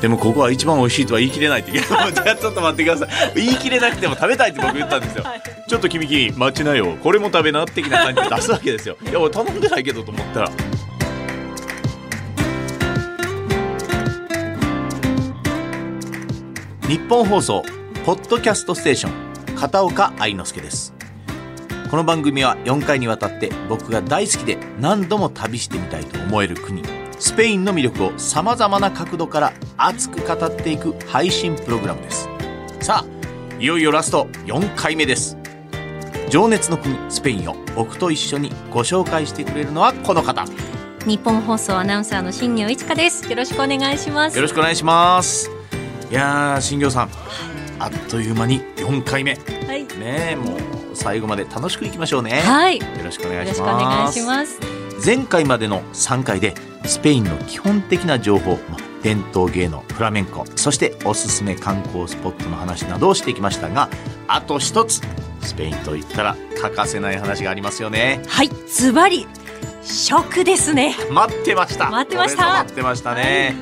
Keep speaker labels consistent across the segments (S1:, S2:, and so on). S1: でもここは一番美味しいとは言い切れないってじ ゃあちょっと待ってください言い切れなくても食べたいって僕言ったんですよ、
S2: はい
S1: ちょっと君君待ちなよこれも食べな的な感じで出すわけですよいや俺頼んでないけどと思ったら日本放送ポッドキャストステーション片岡愛之助ですこの番組は4回にわたって僕が大好きで何度も旅してみたいと思える国スペインの魅力をさまざまな角度から熱く語っていく配信プログラムですさあいよいよラスト4回目です情熱の国スペインを僕と一緒にご紹介してくれるのはこの方よ
S2: 日本放送アナウンサーの新業一華ですよろしくお願いします
S1: ろしくお願いしますいやー新行さんあっという間に4回目
S2: はい、
S1: ねえもう最後まで楽しくいきましょうね
S2: はい、よ
S1: よろしくお願い
S2: ろし
S1: し
S2: くお願
S1: ま
S2: いし
S1: す
S2: ます
S1: 前回までの3回でスペインの基本的な情報まあ伝統芸能フラメンコそしておすすめ観光スポットの話などをしてきましたがあと一つスペインといったら欠かせない話がありますよね
S2: はいズバリ食ですね
S1: 待ってました
S2: 待ってました
S1: これぞ待ってましたね、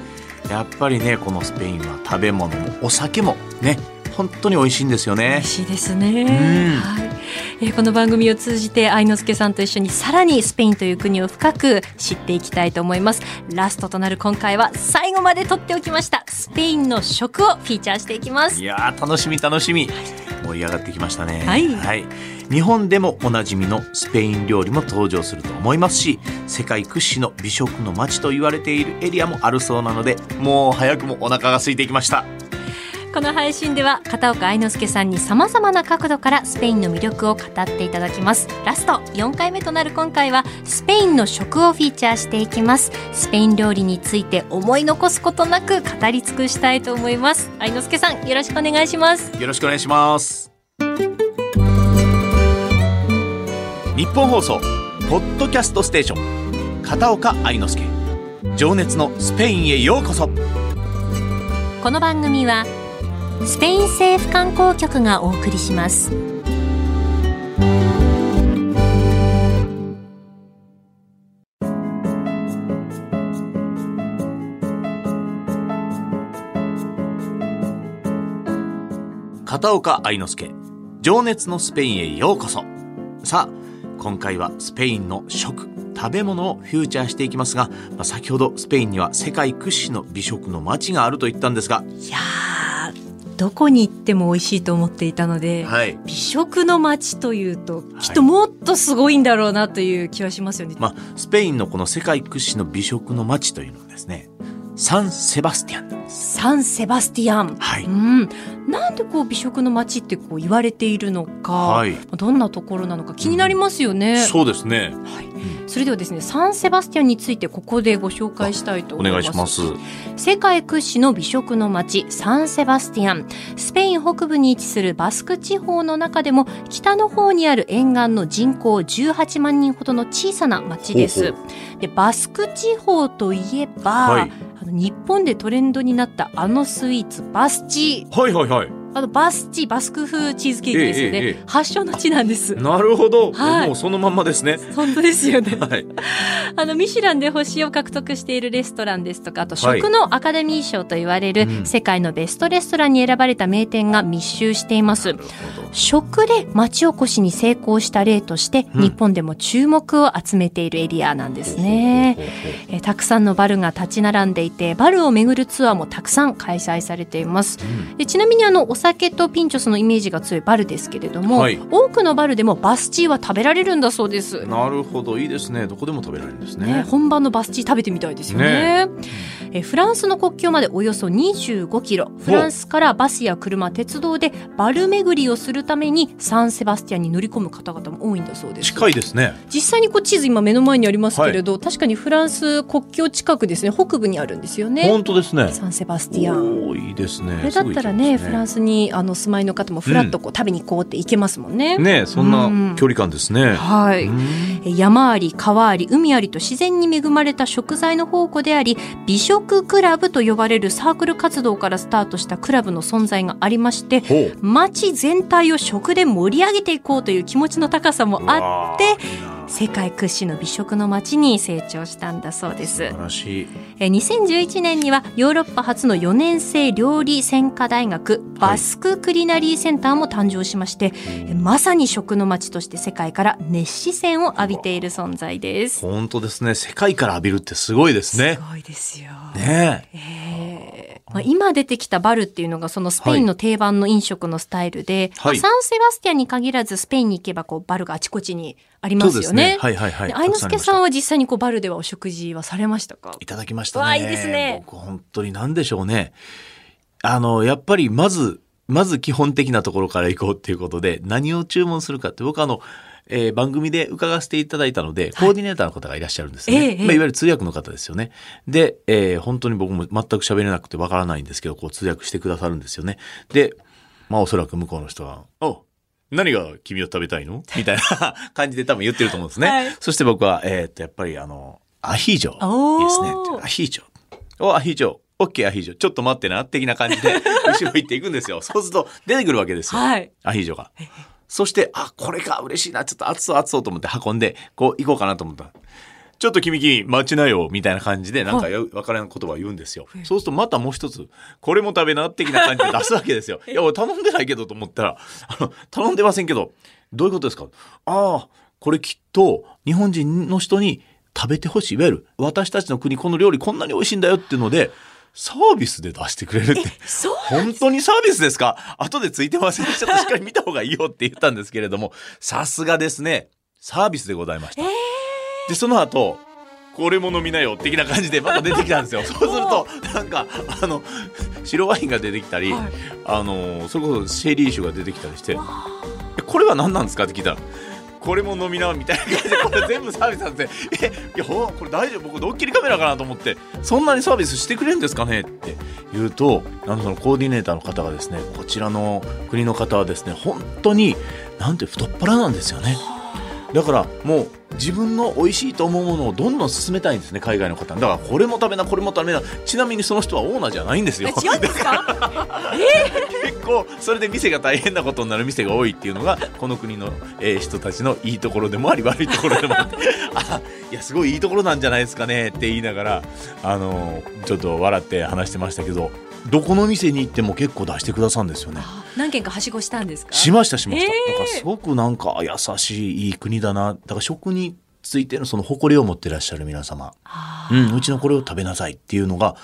S1: やっぱりねこのスペインは食べ物もお酒もね本当に美味しいんですよ
S2: 美
S1: ね
S2: 味しいですね、
S1: ん
S2: はいえーこの番組を通じて愛之助さんと一緒にさらにスペインという国を深く知っていきたいと思いますラストとなる今回は最後までとっておきましたスペインの食をフィーチャーしていきます
S1: いやー楽しみ楽しみ盛り上がってきましたね
S2: はい
S1: 日本でもおなじみのスペイン料理も登場すると思いますし世界屈指の美食の街と言われているエリアもあるそうなのでもう早くもお腹が空いてきました
S2: この配信では片岡愛之助さんにさまざまな角度からスペインの魅力を語っていただきますラスト4回目となる今回はスペインの食をフィーチャーしていきますスペイン料理について思い残すことなく語り尽くしたいと思います愛之助さんよろしくお願いします
S1: よろしくお願いします日本放送ポッドキャストステーション片岡愛之助情熱のスペインへようこそ
S2: この番組はスペイン政府観光局がお送りします
S1: 片岡愛之助情熱のスペインへようこそさあ今回はスペインの食食べ物をフューチャーしていきますが、まあ、先ほどスペインには世界屈指の美食の街があると言ったんですが
S2: いやーどこに行っても美味しいと思っていたので
S1: はい
S2: 美食の街というと
S1: い
S2: きっともっとすごいんだろうなという気はしますよね、
S1: まあスペインのこの世界屈指の美食の街というのはですねサン・セバスティアンなんです
S2: サンセバスティアン、
S1: は
S2: う
S1: い
S2: ん、なんでこう美食の街ってこう言われているのか、
S1: はい
S2: どんなところなのか気になりますよね、
S1: そうですね
S2: はい、それではですねサンセバスティアンについてここでご紹介したいと
S1: お
S2: 思い
S1: 願
S2: ま
S1: い
S2: す
S1: します
S2: 世界屈指の美食の街サンセバスティアンスペイン北部に位置するバスク地方の中でも北の方にある沿岸の人口18万人ほどの小さな町です
S1: ほうほ
S2: でバスク地方といえば、
S1: はい
S2: あの日本でトレンドになったあのスイーツバスチ
S1: はいはいはい
S2: あのバスチバスク風チーズケーキですよね、
S1: ええええ
S2: 発祥の地なんです
S1: なるほど
S2: はい
S1: そのまんまですね
S2: 本当ですよ ね
S1: はい
S2: あのミシュランで星を獲得しているレストランですとかあと
S1: はい
S2: 食のアカデミー賞と言われる、
S1: うん
S2: 世界のベストレストランに選ばれた名店が密集しています 食で町おこしに成功した例として、
S1: うん
S2: 日本でも注目を集めているエリアなんですね、えーたくさんのバルが立ち並んでいてバルを巡るツアーもたくさん開催されていますでちなみにあのお酒とピンチョスのイメージが強いバルですけれども、
S1: はい
S2: 多くのバルでもバスチーは食べられるんだそうです
S1: なるほどいいですねどこでも食べられるんです
S2: ね、
S1: ね
S2: 本場のバスチー食べてみたいですよねえフランスの国境までおよそ25キロフランスからバスや車鉄道でバル巡りをするためにサンセバスティアンに乗り込む方々も多いんだそうです
S1: 近いですね
S2: 実際にこう地図今目の前にありますけれど、確かにフランス国境近くですね北部にあるんですよね
S1: 本当ですね
S2: サンセバスティアン
S1: おーいいですね
S2: これだったらねフラン
S1: ス
S2: スにあの住まいの方もフラッとこう食べに行こうって行けますもんね、
S1: ねそん
S2: うん
S1: な距離感ですね
S2: はい、
S1: うん
S2: 山あり川あり海ありと自然に恵まれた食材の宝庫であり美食クラブと呼ばれるサークル活動からスタートしたクラブの存在がありまして
S1: ほう
S2: 街全体を食で盛り上げていこうという気持ちの高さもあ
S1: あ
S2: って世界屈指の美食の街に成長したんだそうで
S1: 素
S2: す
S1: 晴らしい
S2: えー2011年にはヨーロッパ初の4年生料理専科大学バスククリナリーセンターも誕生しまして、えーまさに食の街として世界から熱視線を浴びている存在です。
S1: 本当ですね世界から浴びるってすごいですね
S2: すごいですよ。
S1: ねえ
S2: えーまあ、今出てきたバルっていうのがそのスペインの定番の飲食のスタイルで、
S1: はい
S2: まあサンセバスティアンに限らずスペインに行けばこうバルがあちこちにありますよね。
S1: はいはいはい
S2: で愛之助さん
S1: は
S2: は実際にこうバルではお食事はされましたか
S1: いただきました
S2: うわ
S1: ね
S2: いいですね
S1: 僕本当に何でしょうねあのやっぱりまずまず基本的なところから行こうっていうことで何を注文するかって僕あの、えー番組で伺わせていただいたので、コーディネーターの方がいらっしゃるんですね、
S2: ええええ
S1: まあ、いわゆる通訳の方ですよねで、えー本当に僕も全く喋れなくてわからないんですけどこう通訳してくださるんですよねでまあおそらく向こうの人は「お何が君を食べたいの?」みたいな感じで多分言ってると思うんですね、
S2: はい
S1: そして僕はえーっとやっぱりあのアヒージョ
S2: おー
S1: いいですねアヒージョおアヒージョオッケーアヒージョちょっと待ってな的な感じで後ろ行っていくんですよそうすると出てくるわけですよ、
S2: はい。
S1: アヒージョがそしてあこれか嬉しいなちょっと熱そう熱そうと思って運んでこう行こうかなと思ったらちょっと君君待ちなよみたいな感じでなんかよ分からん言葉を言うんですよ
S2: ええ
S1: そうするとまたもう一つこれも食べな的な感じで出すわけですよいや俺頼んでないけどと思ったらあの頼んでませんけどどういうことですかああこれきっと日本人の人に食べてほしいいわゆる私たちの国この料理こんなに美味しいんだよっていうのでサービスで出してくれるって
S2: そう
S1: 本当にサービスですか後でついてませんでした。しっかり見た方がいいよって言ったんですけれども、さすがですね。サービスでございました。
S2: えー
S1: で、その後、これも飲みなよ的な感じでまた出てきたんですよ。そうすると、なんか、あの、白ワインが出てきたり、
S2: はい
S1: あの、それこそシェリー酒が出てきたりして、
S2: あー
S1: えこれは何なんですかって聞いたらこれも飲みなみたいな感 じでこれ全部サービスなんですねえいやほんこれ大丈夫僕ドッキリカメラかなと思ってそんなにサービスしてくれるんですかねって言うとあのそのコーディネーターの方がですねこちらの国の方はですね本当になんて太っ腹なんですよねだからもう自分の美味しいと思うものをどんどん進めたいんですね海外の方にだからこれも食べなこれも食べなちなみにその人はオーナーじゃないんです
S2: え
S1: よ
S2: 違うんですか
S1: 結構それで店が大変なことになる店が多いっていうのがこの国の、えー人たちのいいところでもあり悪いところでも あってあいやすごいいいところなんじゃないですかねって言いながら、あのーちょっと笑って話してましたけどどこの店に行っても結構出してくださるんですよね。
S2: あ何件かはしごしたんですか
S1: しましたしました、
S2: えー
S1: だからすごくなんか優しいいい国だなだから食についてのその誇りを持ってらっしゃる皆様
S2: あ
S1: う
S2: ー
S1: ん、うちのこれを食べなさいっていうのが、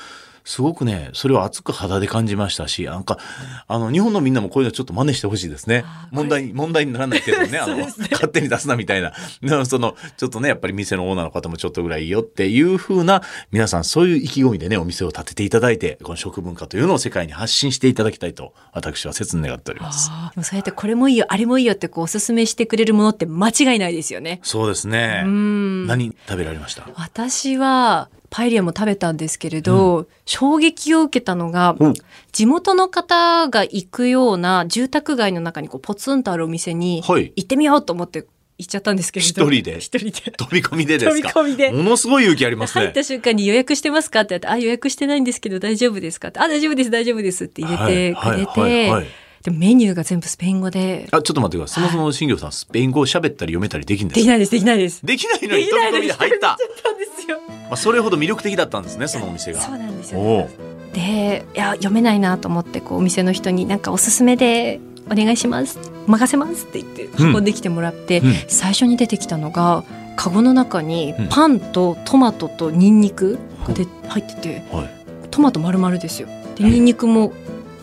S1: すごくね、それを熱く肌で感じましたし、なんか、あの、日本のみんなもこういうのちょっと真似してほしいですね
S2: あ。ー
S1: 問題に、問題にならないけど ね、あの、
S2: そうですね
S1: 勝手に出すなみたいな。なその、ちょっとね、やっぱり店のオーナーの方もちょっとぐらいいいよっていう風な、皆さんそういう意気込みでね、お店を立てていただいて、この食文化というのを世界に発信していただきたいと、私は切に願っております。
S2: あーでもそうやってこれもいいよあれもいいよってこうおすすめしてくれるものって間違いないですよね
S1: そうですね。
S2: うん
S1: 何食べられました
S2: 私はパエリアも食べたんですけれど、衝撃を受けたのが
S1: うん
S2: 地元の方が行くような住宅街の中にこうポツンとあるお店に
S1: はい
S2: 行ってみようと思って行っちゃったんですけれど
S1: 一人で
S2: 一人で
S1: 飛び込みでで
S2: 飛
S1: す
S2: び
S1: か
S2: 込みで
S1: ものすごい勇気あります
S2: 入っ
S1: ね。
S2: た瞬間に予約してますかって言って、あ、予約してないんですけど大丈夫ですかって、あ、大丈夫です、大丈夫ですって入れてくれて、でもメニューが全部スペイン語で、
S1: あ、ちょっと待ってください。そもそも新業さん、スペイン語を喋ったり読めたりできるんです
S2: でき
S1: か
S2: ないです、できないです。
S1: できないの
S2: で
S1: に
S2: き
S1: 飛
S2: ない
S1: び込み
S2: のに
S1: で入っ。
S2: ちゃったたんですよ。
S1: まあ、それほど魅力的だったんですね、そのお店が。
S2: そうなんですよ。
S1: おう
S2: で、いや、読めないなと思って、こう、お店の人になんかおすすめでお願いします、任せますって言って、
S1: ん
S2: 運んできてもらって、
S1: うん
S2: 最初に出てきたのが、カゴの中に
S1: うん
S2: パンとトマトとニンニクがで入ってて、
S1: はい。
S2: トマト丸々ですよ。で、
S1: うん
S2: ニンニクも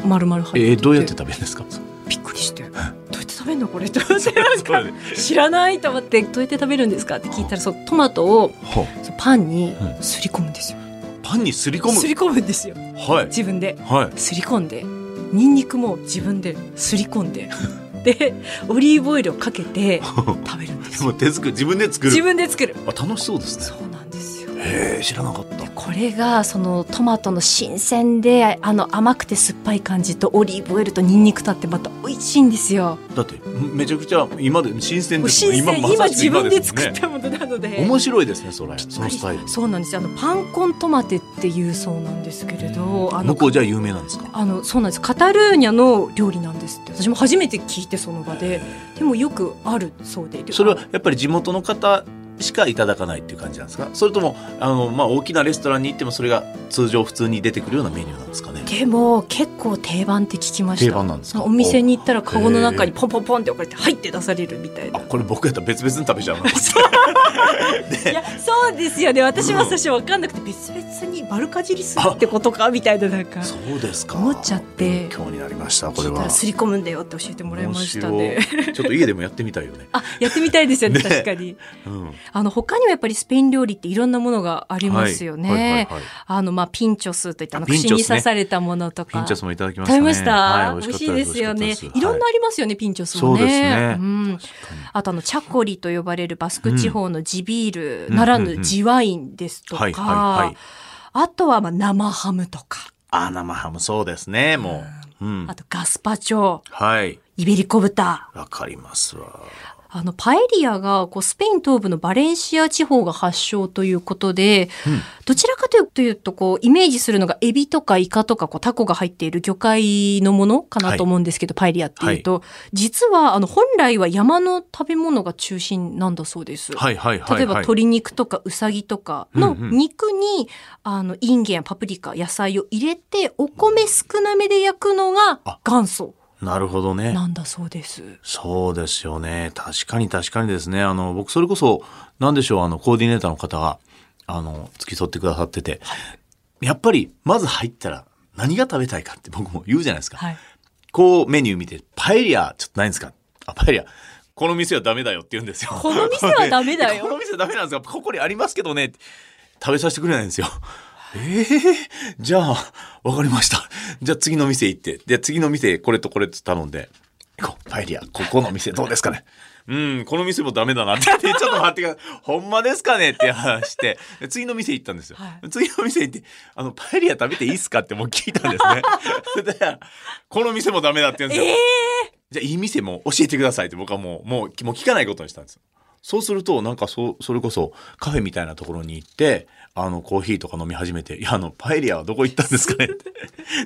S2: 丸々入ってて。
S1: えーどうやって食べるんですか
S2: びっくりして「どうやって食べるのこれ」って思ってなんか
S1: そう
S2: 知らないと思って「どうやって食べるんですか?」って聞いたらそうトマトを
S1: は
S2: そうパンに
S1: うん
S2: すり込むんですよ。
S1: パンにすり込む
S2: す。り込むんですよ
S1: はい。
S2: 自分で。
S1: はい。
S2: すり込んでニンニクも自分ですり込ん ででオリーブオイルをかけて食べるんです
S1: でも
S2: よ。
S1: 手作り、 自分で作
S2: 自
S1: る。
S2: 分で作る。
S1: あ、楽しそうですね。
S2: そうなんですよ。
S1: へえ、知らなかった。
S2: でこれがそのトマトの新鮮であの甘くて酸っぱい感じとオリーブオイルとニンニクたってまた美味しいんですよ。
S1: だって、めちゃくちゃ、今で、新鮮
S2: もう
S1: ですも
S2: 新
S1: ん。
S2: 鮮今,、
S1: まさしく
S2: 自分で作
S1: す
S2: っ
S1: ね。
S2: たものなので
S1: 面白いですね、それ。そのスタイル。
S2: そうなんですよあのパンコントマテっていうそうなんですけれど、あ
S1: 向
S2: の
S1: こうじゃ有名なんですか
S2: あのそうなんですカタルーニャの料理なんですって私も初めて聞いてその場ででもよくあるそうで
S1: それはやっぱり地元の方しかいただかないっていう感じなんですかそれともあの、まあ、大きなレストランに行ってもそれが通常普通に出てくるようなメニューなんですかね
S2: でも結構定番って聞きました
S1: 定番なんですか
S2: お店に行ったらカゴの中にポンポンポンって置かれて「はい」って出されるみたい
S1: あ
S2: な
S1: これ僕やったら別々に食べちゃ うの
S2: いやそうですよね私も最初分かんなくて別々に丸かじりするってことかみたいななんか
S1: そうですか
S2: 思っちゃって
S1: 勉強になりましたこれ
S2: 聞いた
S1: は
S2: らすり込むんだよって教えてもらいましたね
S1: 面白いちょっと家でもやってみたいよね
S2: あやってみたいですよね
S1: ね
S2: 確かに
S1: うん
S2: あの他にもやっぱりスペイン料理っていろんなものがありますよね、
S1: はいはいはいはい
S2: あのまあピンチョスといったあの
S1: あピンチョス
S2: 串
S1: ね
S2: に刺されたものとか
S1: ピンチャスもいただきま
S2: 食
S1: した
S2: べ
S1: ね
S2: ました、
S1: はい、
S2: 美味しいですよね
S1: 美味しかったです
S2: いろんなありますよね、ピンチョスもね
S1: そうですね
S2: うん、あとあのチャコリと呼ばれるバスク地方の地ビールなら
S1: うんうんうんう
S2: ぬ
S1: ん
S2: 地ワインですと
S1: はいはいは
S2: か
S1: い
S2: あとはまあ生ハムとか
S1: あ生ハムそうですねもう、うん
S2: あとガスパチョ
S1: はい
S2: イベリコ豚
S1: わかりますわ
S2: あのパエリアがこうスペイン東部のバレンシア地方が発祥ということで、どちらかというとこうイメージするのがエビとかイカとかこうタコが入っている魚介のものかなと思うんですけど、パエリアっていうと、実はあの本来は山の食べ物が中心なんだそうです。
S1: はいはいはい、はい、
S2: 例えば鶏肉とかウサギとかの
S1: うんうん
S2: 肉に、あのインゲンやパプリカ野菜を入れてお米少なめで焼くのが元祖
S1: なるほどね
S2: なんだそうです。
S1: そうですよね。確かに確かにですね。あの、僕、それこそ、なんでしょう、あの、コーディネーターの方が、あの、付き添ってくださってて、やっぱり、まず入ったら、何が食べたいかって僕も言うじゃないですか。
S2: はい
S1: こう、メニュー見て、パエリア、ちょっとないんですかあ、パエリア、この店はダメだよって言うんですよ。
S2: この店はダメだよ
S1: この店はダメなんですかここにありますけどね。食べさせてくれないんですよ。ええじゃあ、わかりました。じゃあ次の店行って。で、次の店、これとこれと頼んで。こうパエリア、ここの店どうですかね うん、この店もダメだなって言 って、ちょっと待ってください。ほんまですかねって話して、で次の店行ったんですよ。
S2: はい
S1: 次の店行って、あの、パエリア食べていいっすかってもう聞いたん ですね。 で、この店もダメだって言うんですよ。じゃあいい店も教えてくださいって僕はもうもうもう聞かないことにしたんですよそうするとなんかそうそれこそカフェみたいなところに行ってあのコーヒーとか飲み始めて「いやあのパエリアはどこ行ったんですかね」って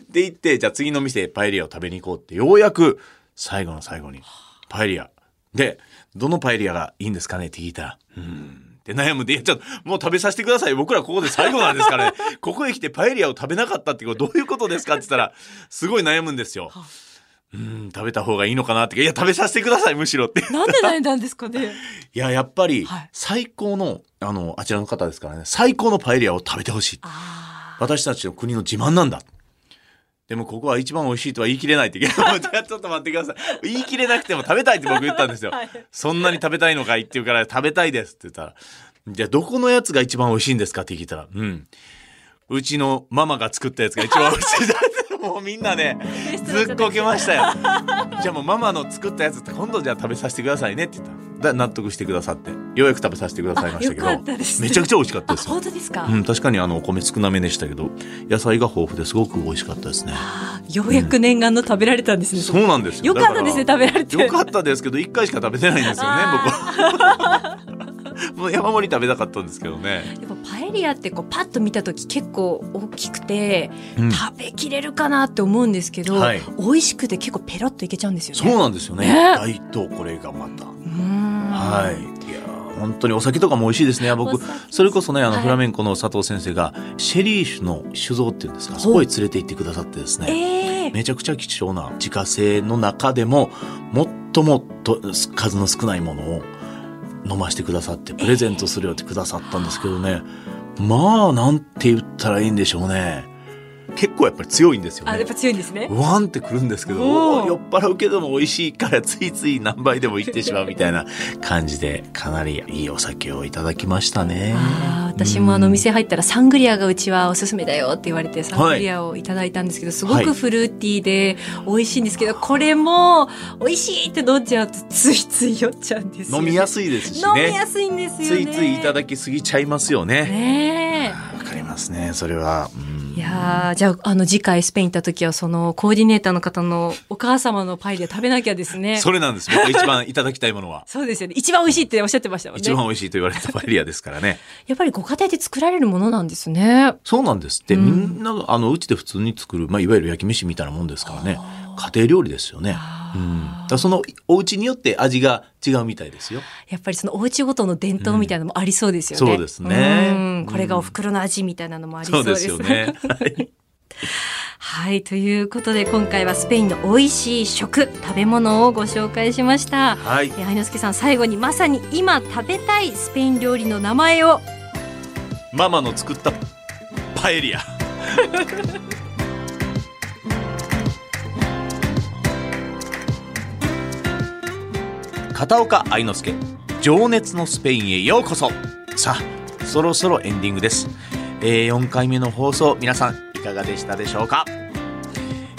S1: で行ってじゃあ次の店パエリアを食べに行こうってようやく最後の最後にパエリアでどのパエリアがいいんですかねって聞いたら「うーん」って悩むんで「いやちょっともう食べさせてください僕らここで最後なんですからねここへ来てパエリアを食べなかったってこれどういうことですか?」って言ったらすごい悩むんですよ。うん食べた方がいいのかなっていや食べさせてくださいむしろって
S2: なんで悩んだんです かね。
S1: いややっぱり
S2: はい
S1: 最高のあのあちらの方ですからね最高のパエリアを食べてほしい
S2: あ
S1: 私たちの国の自慢なんだでもここは一番美味しいとは言い切れないって いやもうじゃあちょっと待ってください言い切れなくても食べたいって僕言ったんですよ、
S2: はい
S1: そんなに食べたいのかいって言うから食べたいですって言ったらじゃあどこのやつが一番美味しいんですかって聞いたらうんうちのママが作ったやつが一番美味しい だってもうみんなねずっこけました よじゃあもうママの作ったやつって今度じゃあ食べさせてくださいねって言ったらだ納得してくださってようやく食べさせてくださいましたけど
S2: あよかったですね
S1: めちゃくちゃ美味しかった
S2: あ、
S1: ですよ
S2: 本当ですか。
S1: うん、確 かにあのお米少なめでしたけど野菜が豊富ですごく美味しかったですね
S2: ようやく念願の食べられたんですね。
S1: そうなんですよ
S2: よかったですね
S1: だ
S2: 食べられて
S1: よかったですけど1回しか食べてないんですよね僕もう山盛り食べたかったんですけどね、
S2: やっぱパエリアってこうパッと見た時結構大きくて、
S1: うん
S2: 食べきれるかなって思うんですけど、
S1: はい
S2: 美味しくて結構ペロッといけちゃうんですよ
S1: そう
S2: ね。
S1: なんですよね
S2: ね
S1: 大とこれがまた
S2: うーん
S1: はい。いやー本当にお酒とかも美味しいですね。
S2: お
S1: 僕
S2: 酒
S1: それこそねあの
S2: はい
S1: フラメンコの佐藤先生がシェリー酒の酒造っていうんですか、そこへ連れて行ってくださってですね。
S2: ええ
S1: めちゃくちゃ貴重な自家製の中でも最もと数の少ないものを飲ましてくださってプレゼントするよってくださったんですけどね。まあなんて言ったらいいんでしょうね。結構やっぱり強いんですよ
S2: あ、や
S1: ね
S2: っ。ぱ強いんですね。
S1: ワンってくるんですけ
S2: お
S1: ど
S2: ー
S1: 酔っ払うけども美味しいからついつい何杯でもいってしまうみたいな感じでかなりいいお酒をいただきましたね
S2: あー私もあの店入ったらサングリアがうちはおすすめだよって言われてサングリアをいただいたんですけどすご
S1: はい
S2: くフルーティーで美味しいんですけどこれも美味しいって飲んじゃうとついつい酔っちゃうんですよ
S1: 飲みや
S2: い
S1: すいですし
S2: 飲み
S1: ね
S2: やすいんですよ
S1: つ
S2: ね
S1: いついいただきすぎちゃいますよね
S2: ね
S1: あーわかりますねそれはうん
S2: えいやーじゃああの次回スペイン行った時はそのコーディネーターの方のお母様のパエリア食べなきゃですね
S1: それなんです僕が一番いただきたいものは
S2: そうですよね一番美味しいっておっしゃってましたもん
S1: 一
S2: ね
S1: 番美味しいと言われたパエリアですから ね
S2: やっぱりご家庭で作られるものなんですね
S1: そうなんですって、
S2: うん
S1: みんながあのうちで普通に作る、まあ、いわゆる焼き飯みたいなもんですからね家庭料理ですよね。うん、だからそのお家によって味が違うみたいですよ。
S2: やっぱりそのお家ごとの伝統みたいなのもありそうですよね。
S1: うんそうですね
S2: うんこれがお袋の味みたいなのもありそうです。
S1: よね。はい
S2: はい、ということで今回はスペインの美味しい食、食べ物をご紹介しました。
S1: はい
S2: え。ー愛之助さん、最後にまさに今食べたいスペイン料理の名前を
S1: ママの作ったパエリア。片岡愛之助情熱のスペインへようこそさあそろそろエンディングです、えー4回目の放送皆さんいかがでしたでしょうか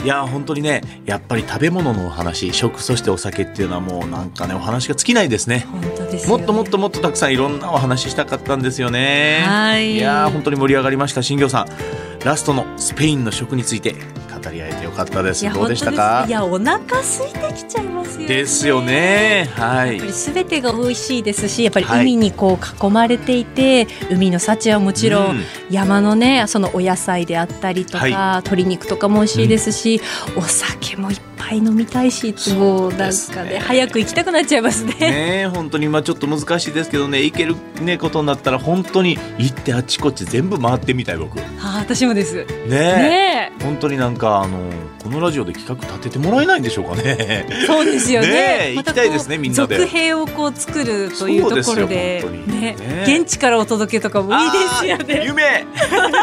S1: いやー本当にねやっぱり食べ物のお話食そしてお酒っていうのはもうなんかねお話が尽きないですね
S2: 本当ですよ
S1: も
S2: ね
S1: っともっともっとたくさんいろんなお話ししたかったんですよね。
S2: はい
S1: やー本当に盛り上がりました新行さん。ラストのスペインの食について語り合えてよかったで
S2: い
S1: す。
S2: や
S1: どうでした
S2: 本当
S1: か
S2: すい。やお腹空いてきちゃいますよね。
S1: ですよ。ね。は
S2: やっ
S1: い
S2: ぱ。りすべてが美味しいですし、やっぱり
S1: はい
S2: 海にこう囲まれていて、海の幸はもちろん、
S1: うん
S2: 山のねそのお野菜であったりとか、
S1: はい
S2: 鶏肉とかも美味しいですし、お酒もいっぱい飲みたいし、もうなん
S1: そ
S2: か
S1: うです
S2: ね
S1: ね
S2: 早く行きたくなっちゃいますね。
S1: ねえ本当にまあちょっと難しいですけどね行けるねことになったら本当に行ってあちこち全部回ってみたい僕ね
S2: あー私もです。ね
S1: え
S2: え
S1: 本当になんかあのこのラジオで企画立ててもらえないんでしょうかね
S2: そうですよね。
S1: ねえ行きたいですね
S2: こう
S1: みんなで
S2: 続編をこう作るというところで、
S1: そうですよ本当に
S2: ね
S1: ねえ
S2: 現地からお届けとかもいいですよ
S1: あー
S2: ね。
S1: 夢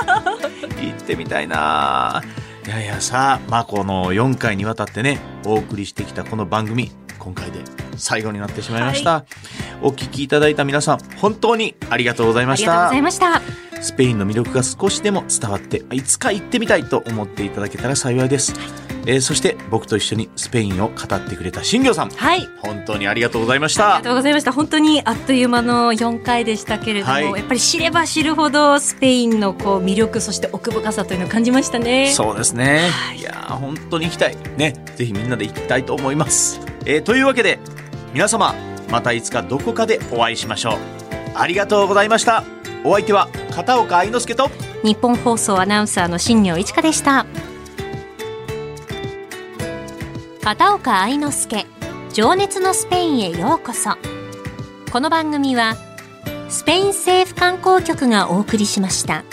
S1: 行ってみたいないやいやさあ、まあ、この4回にわたってねお送りしてきたこの番組今回で最後になってしまいました、お聞きいただいた皆さん本当にありがとうござい
S2: あ
S1: まし
S2: りがとう
S1: た
S2: ございました。
S1: スペインの魅力が少しでも伝わっていつか行ってみたいと思っていただけたら幸いです、えーそして僕と一緒にスペインを語ってくれた新庄さん
S2: はい。
S1: 本当にありがとうございまし
S2: あり
S1: た
S2: がとうございました。本当にあっという間の4回でしたけれども、
S1: はい
S2: やっぱり知れば知るほどスペインのこう魅力、そして奥深さというのを感じましたね。
S1: そうですね
S2: はい
S1: いやー本当に行きたいねぜひみんなで行きたいと思います、えーというわけで皆様またいつかどこかでお会いしましょうありがとうございましたお相手は片岡愛之助と
S2: 日本放送アナウンサーの新庄一華でした。片岡愛之助、情熱のスペインへようこそ。この番組は、スペイン政府観光局がお送りしました。